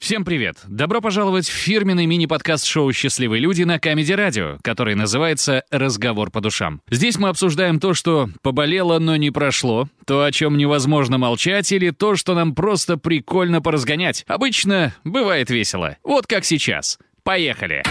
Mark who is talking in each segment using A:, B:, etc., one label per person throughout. A: Всем привет! Добро пожаловать в фирменный мини-подкаст шоу «Счастливые люди» на Камеди Радио, который называется «Разговор по душам». Здесь мы обсуждаем то, что поболело, но не прошло, то, о чем невозможно молчать, или то, что нам просто прикольно поразгонять. Обычно бывает весело. Вот как сейчас. Поехали!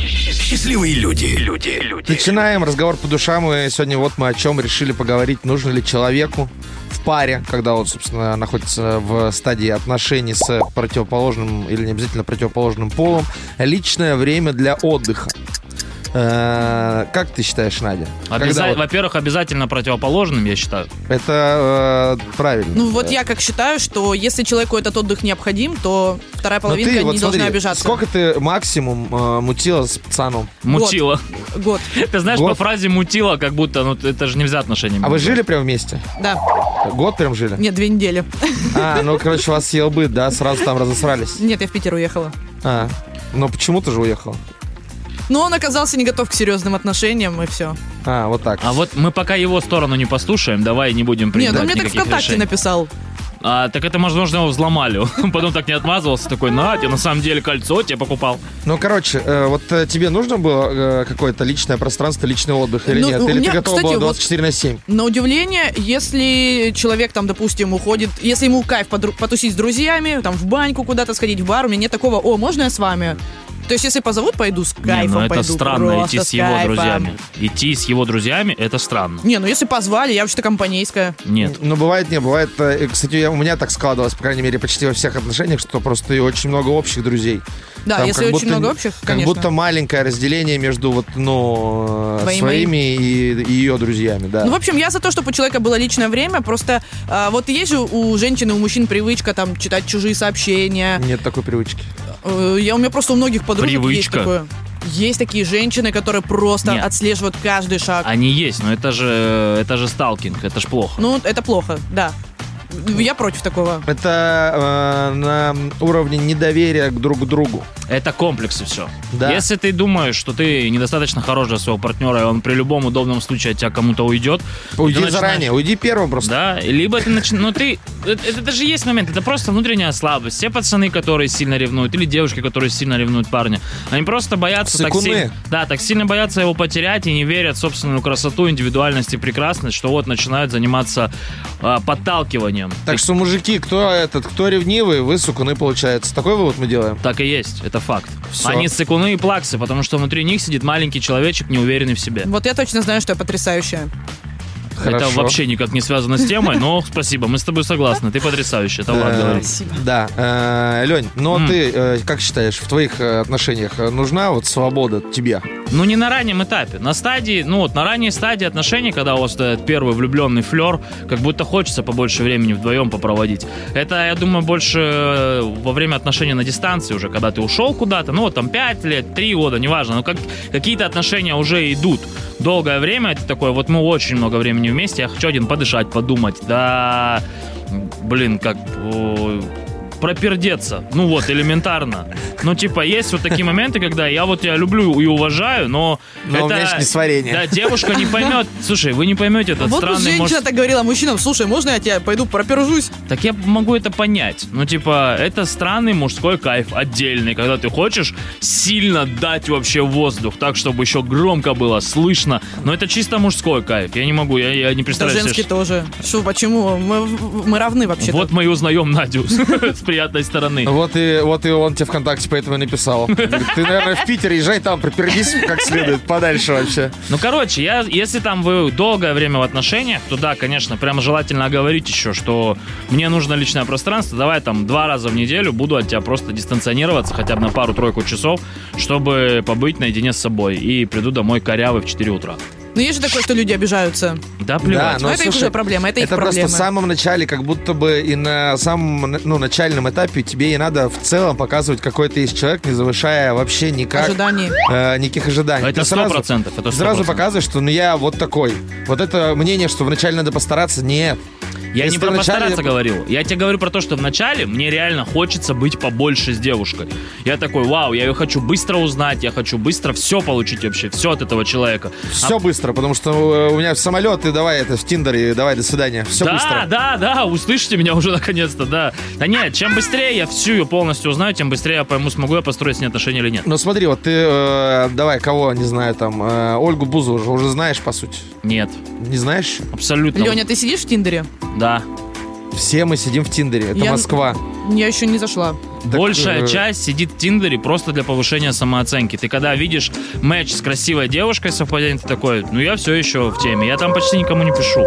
B: Счастливые люди. Люди, люди.
C: Начинаем разговор по душам, и сегодня вот мы о чем решили поговорить, нужно ли человеку в паре, когда он, собственно, находится в стадии отношений с противоположным или не обязательно противоположным полом, личное время для отдыха. Э, Как ты считаешь, Надя? Когда
D: А Обяза-
C: вот-
D: Во-первых, обязательно противоположным, я считаю.
C: Это э, правильно.
E: Ну вот
C: Э,
E: я как считаю, что если человеку этот отдых необходим, то вторая
D: Ну
C: но
E: половинка
C: ты
E: не
C: вот
E: должна
C: смотри,
E: обижаться.
C: Сколько ты максимум э, мутила с пацаном?
D: Мутила.
E: Год.
D: Ты знаешь, по
C: Год.
D: фразе мутила, как будто, ну, это же нельзя отношениями.
C: А вы жили прям вместе?
E: Да.
C: Год прям жили?
E: Нет, две недели.
C: А, ну, короче, вас съел быт, да? Сразу там разосрались.
E: Нет, я в Питер уехала.
C: А, ну почему ты же уехал?
E: Но он оказался не готов к серьезным отношениям, и все.
C: А, вот так.
D: А вот мы пока его сторону не послушаем, давай не будем
E: Нет,
D: принимать
E: он ну, мне так
D: никаких
E: ВКонтакте
D: решений.
E: написал.
D: А, так это, возможно, его взломали. Он Потом так не отмазывался, такой, Надя, на самом деле кольцо тебе покупал.
C: Ну, короче, э, вот э, тебе нужно было э, какое-то личное пространство, личный отдых или
E: Ну,
C: нет?
E: у
C: Или
E: меня,
C: ты готова
E: кстати,
C: была
E: вот-
C: 24 на 7?
E: На удивление, если человек там, допустим, уходит, если ему кайф подру- потусить с друзьями, там в баньку куда-то сходить, в бар, у меня нет такого, о, можно я с вами? То есть, если позовут, пойду с
D: Не,
E: кайфом,
D: ну это
E: пойду
D: странно,
E: просто
D: идти с его
E: кайфом.
D: друзьями. Идти с его друзьями, это странно.
E: Не, ну если позвали, я вообще-то компанейская.
D: Нет.
C: Ну, бывает, не, бывает. э, Кстати, я- у меня так складывалось, по крайней мере, почти во всех отношениях, что просто и очень много общих друзей.
E: Да,
C: Там
E: если
C: как
E: очень
C: будто-
E: много общих,
C: Как
E: конечно.
C: будто маленькое разделение между вот, ну, э,
E: Твои,
C: своими и, и ее друзьями, да.
E: Ну, в общем, я за то, чтобы у человека было личное время. Просто а, вот есть же у женщин и у мужчин привычка там читать чужие сообщения.
C: Нет такой привычки.
E: Э, Я у меня просто у многих подруг есть
D: Привычка.
E: такое. Есть такие женщины, которые просто
D: Нет. А
E: отслеживают каждый шаг.
D: Они есть, но это же, это же сталкинг, это же плохо.
E: Ну, это плохо, да. Я против такого.
C: Это э, на уровне недоверия к друг другу.
D: Это комплексы все.
C: Да.
D: Если ты думаешь, что ты недостаточно хорош для своего партнера, и он при любом удобном случае от тебя кому-то уйдет,
C: Уйди
D: начинаешь-
C: заранее, уйди первым просто.
D: да, либо ты начинаешь... Ну, ты... Это, это даже есть момент, это просто внутренняя слабость. Все пацаны, которые сильно ревнуют, или девушки, которые сильно ревнуют парня, они просто боятся так
C: Сыкуны.
D: сильно... Да, так сильно боятся его потерять и не верят в собственную красоту, индивидуальность и прекрасность, что вот начинают заниматься а, подталкиванием.
C: Так что, мужики, кто этот, кто ревнивый, вы сукуны, получается. Такой вывод мы делаем.
D: Так и есть, это факт.
C: Всё.
D: Они сыкуны и плаксы, потому что внутри них сидит маленький человечек, неуверенный в себе.
E: Вот я точно знаю, что я потрясающая.
D: Это
C: Хорошо.
D: вообще никак не связано с темой, но спасибо, мы с тобой согласны. Ты потрясающий, это Влад
C: Э,
D: говорит.
C: Да. Э, Лень, но
D: М.
C: ты, э, как считаешь, в твоих э, отношениях э, нужна вот свобода тебе?
D: Ну, не на раннем этапе. На стадии, ну вот, на ранней стадии отношений, когда у вас стоит первый влюбленный флер, как будто хочется побольше времени вдвоем попроводить. Это, я думаю, больше э, во время отношений на дистанции уже, когда ты ушел куда-то, ну вот там 5 лет, 3 года, неважно, но как, какие-то отношения уже идут. Долгое время это такое, вот мы очень много времени вместе, я хочу один подышать, подумать, да, блин, как о, пропердеться. Ну вот, элементарно. Ну, типа, есть вот такие моменты, когда я вот тебя люблю и уважаю, но...
C: Но Ну, а у меня есть несварение.
D: Да, девушка не поймет. Слушай, вы не поймете этот
E: вот тут
D: странный...
E: женщина
D: может-
E: так говорила мужчинам, слушай, можно я тебя пойду пропержусь?
D: Так я могу это понять. Ну, типа, это странный мужской кайф отдельный, когда ты хочешь сильно дать вообще воздух, так, чтобы еще громко было слышно. Но это чисто мужской кайф. Я не могу, я, я не
E: Да
D: представляю себе,
E: женский тоже. Что, почему? Мы, мы равны вообще-то.
D: Вот мы и узнаем Надю с приятной стороны.
C: Ну, Вот и, вот и он тебе ВКонтакте поэтому и написал. Говорит, Ты, наверное, в Питер езжай там, пропердись как следует, подальше вообще.
D: Ну, короче, я, если там вы долгое время в отношениях, то да, конечно, прям желательно оговорить еще, что мне нужно личное пространство, давай там два раза в неделю буду от тебя просто дистанционироваться хотя бы на пару-тройку часов, чтобы побыть наедине с собой. И приду домой корявый в 4 утра.
E: Но есть же такое, что люди обижаются.
D: Да, плевать.
C: Да, Ну,
E: Но это их
C: слушай,
E: уже проблема, это, их
C: Это просто
E: проблема.
C: в самом начале, как будто бы и на самом ну, начальном этапе тебе и надо в целом показывать, какой ты есть человек, не завышая вообще никак
E: Ожиданий.
C: э, никаких ожиданий.
D: А это
C: Ты
D: сто
C: сразу-
D: процентов. Это 100%.
C: Сразу показываешь, что ну я вот такой. Вот это мнение, что вначале надо постараться, нет.
D: Я
C: Если
D: не про
C: ты вначале-
D: постараться говорил. Я тебе говорю про то, что вначале мне реально хочется быть побольше с девушкой. Я такой, вау, я ее хочу быстро узнать, я хочу быстро все получить вообще, все от этого человека.
C: Все быстро, потому что э, у меня самолет, и давай это в Тиндере, и давай, до свидания. Все
D: да,
C: быстро.
D: да, да, услышите меня уже наконец-то, да. Да нет, чем быстрее я всю ее полностью узнаю, тем быстрее я пойму, смогу я построить с ней отношения или нет.
C: Ну смотри, вот ты, э, давай, кого, не знаю, там, э, Ольгу Бузу уже, уже знаешь, по сути.
D: Нет,
C: Не знаешь?
D: абсолютно.
E: Леня, ты сидишь в Тиндере?
D: Да.
C: Все мы сидим в Тиндере, это
E: Я-
C: Москва.
E: Я еще не зашла.
C: Так,
D: Большая
C: э,
D: часть сидит в Тиндере просто для повышения самооценки. Ты когда видишь матч с красивой девушкой совпадение, ты такой, ну я все еще в теме. Я там почти никому не пишу.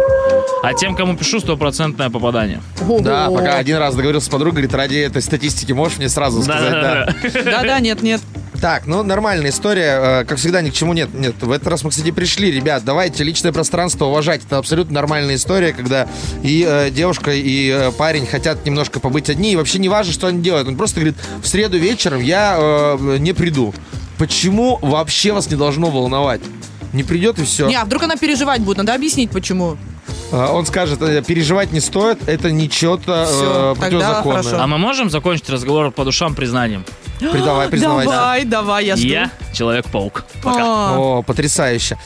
D: А тем, кому пишу, стопроцентное попадание.
C: Да,
E: Ого.
C: пока один раз договорился с подругой, говорит, ради этой статистики можешь мне сразу сказать, да.
D: Да-да-да.
E: Да-да, нет, нет.
C: Так, ну нормальная история. Э, Как всегда, ни к чему нет. Нет, в этот раз мы, кстати, пришли. Ребят, давайте личное пространство уважать. Это абсолютно нормальная история, когда и э, девушка, и э, парень хотят немножко побыть одни. И вообще не важно, что они делают. Он просто говорит, в среду вечером я э, не приду. Почему вообще вас не должно волновать? Не придет и все.
E: Не, а вдруг она переживать будет? Надо объяснить, почему.
C: Э, Он скажет, э, переживать не стоит, это ничего-то
E: Всё,
C: э,
E: тогда
C: противозаконное.
D: А мы можем закончить разговор по душам признанием?
C: Придавай, признавайся.
E: Давай, давай, я жду.
D: Я Человек-паук.
E: А,
C: О, потрясающе.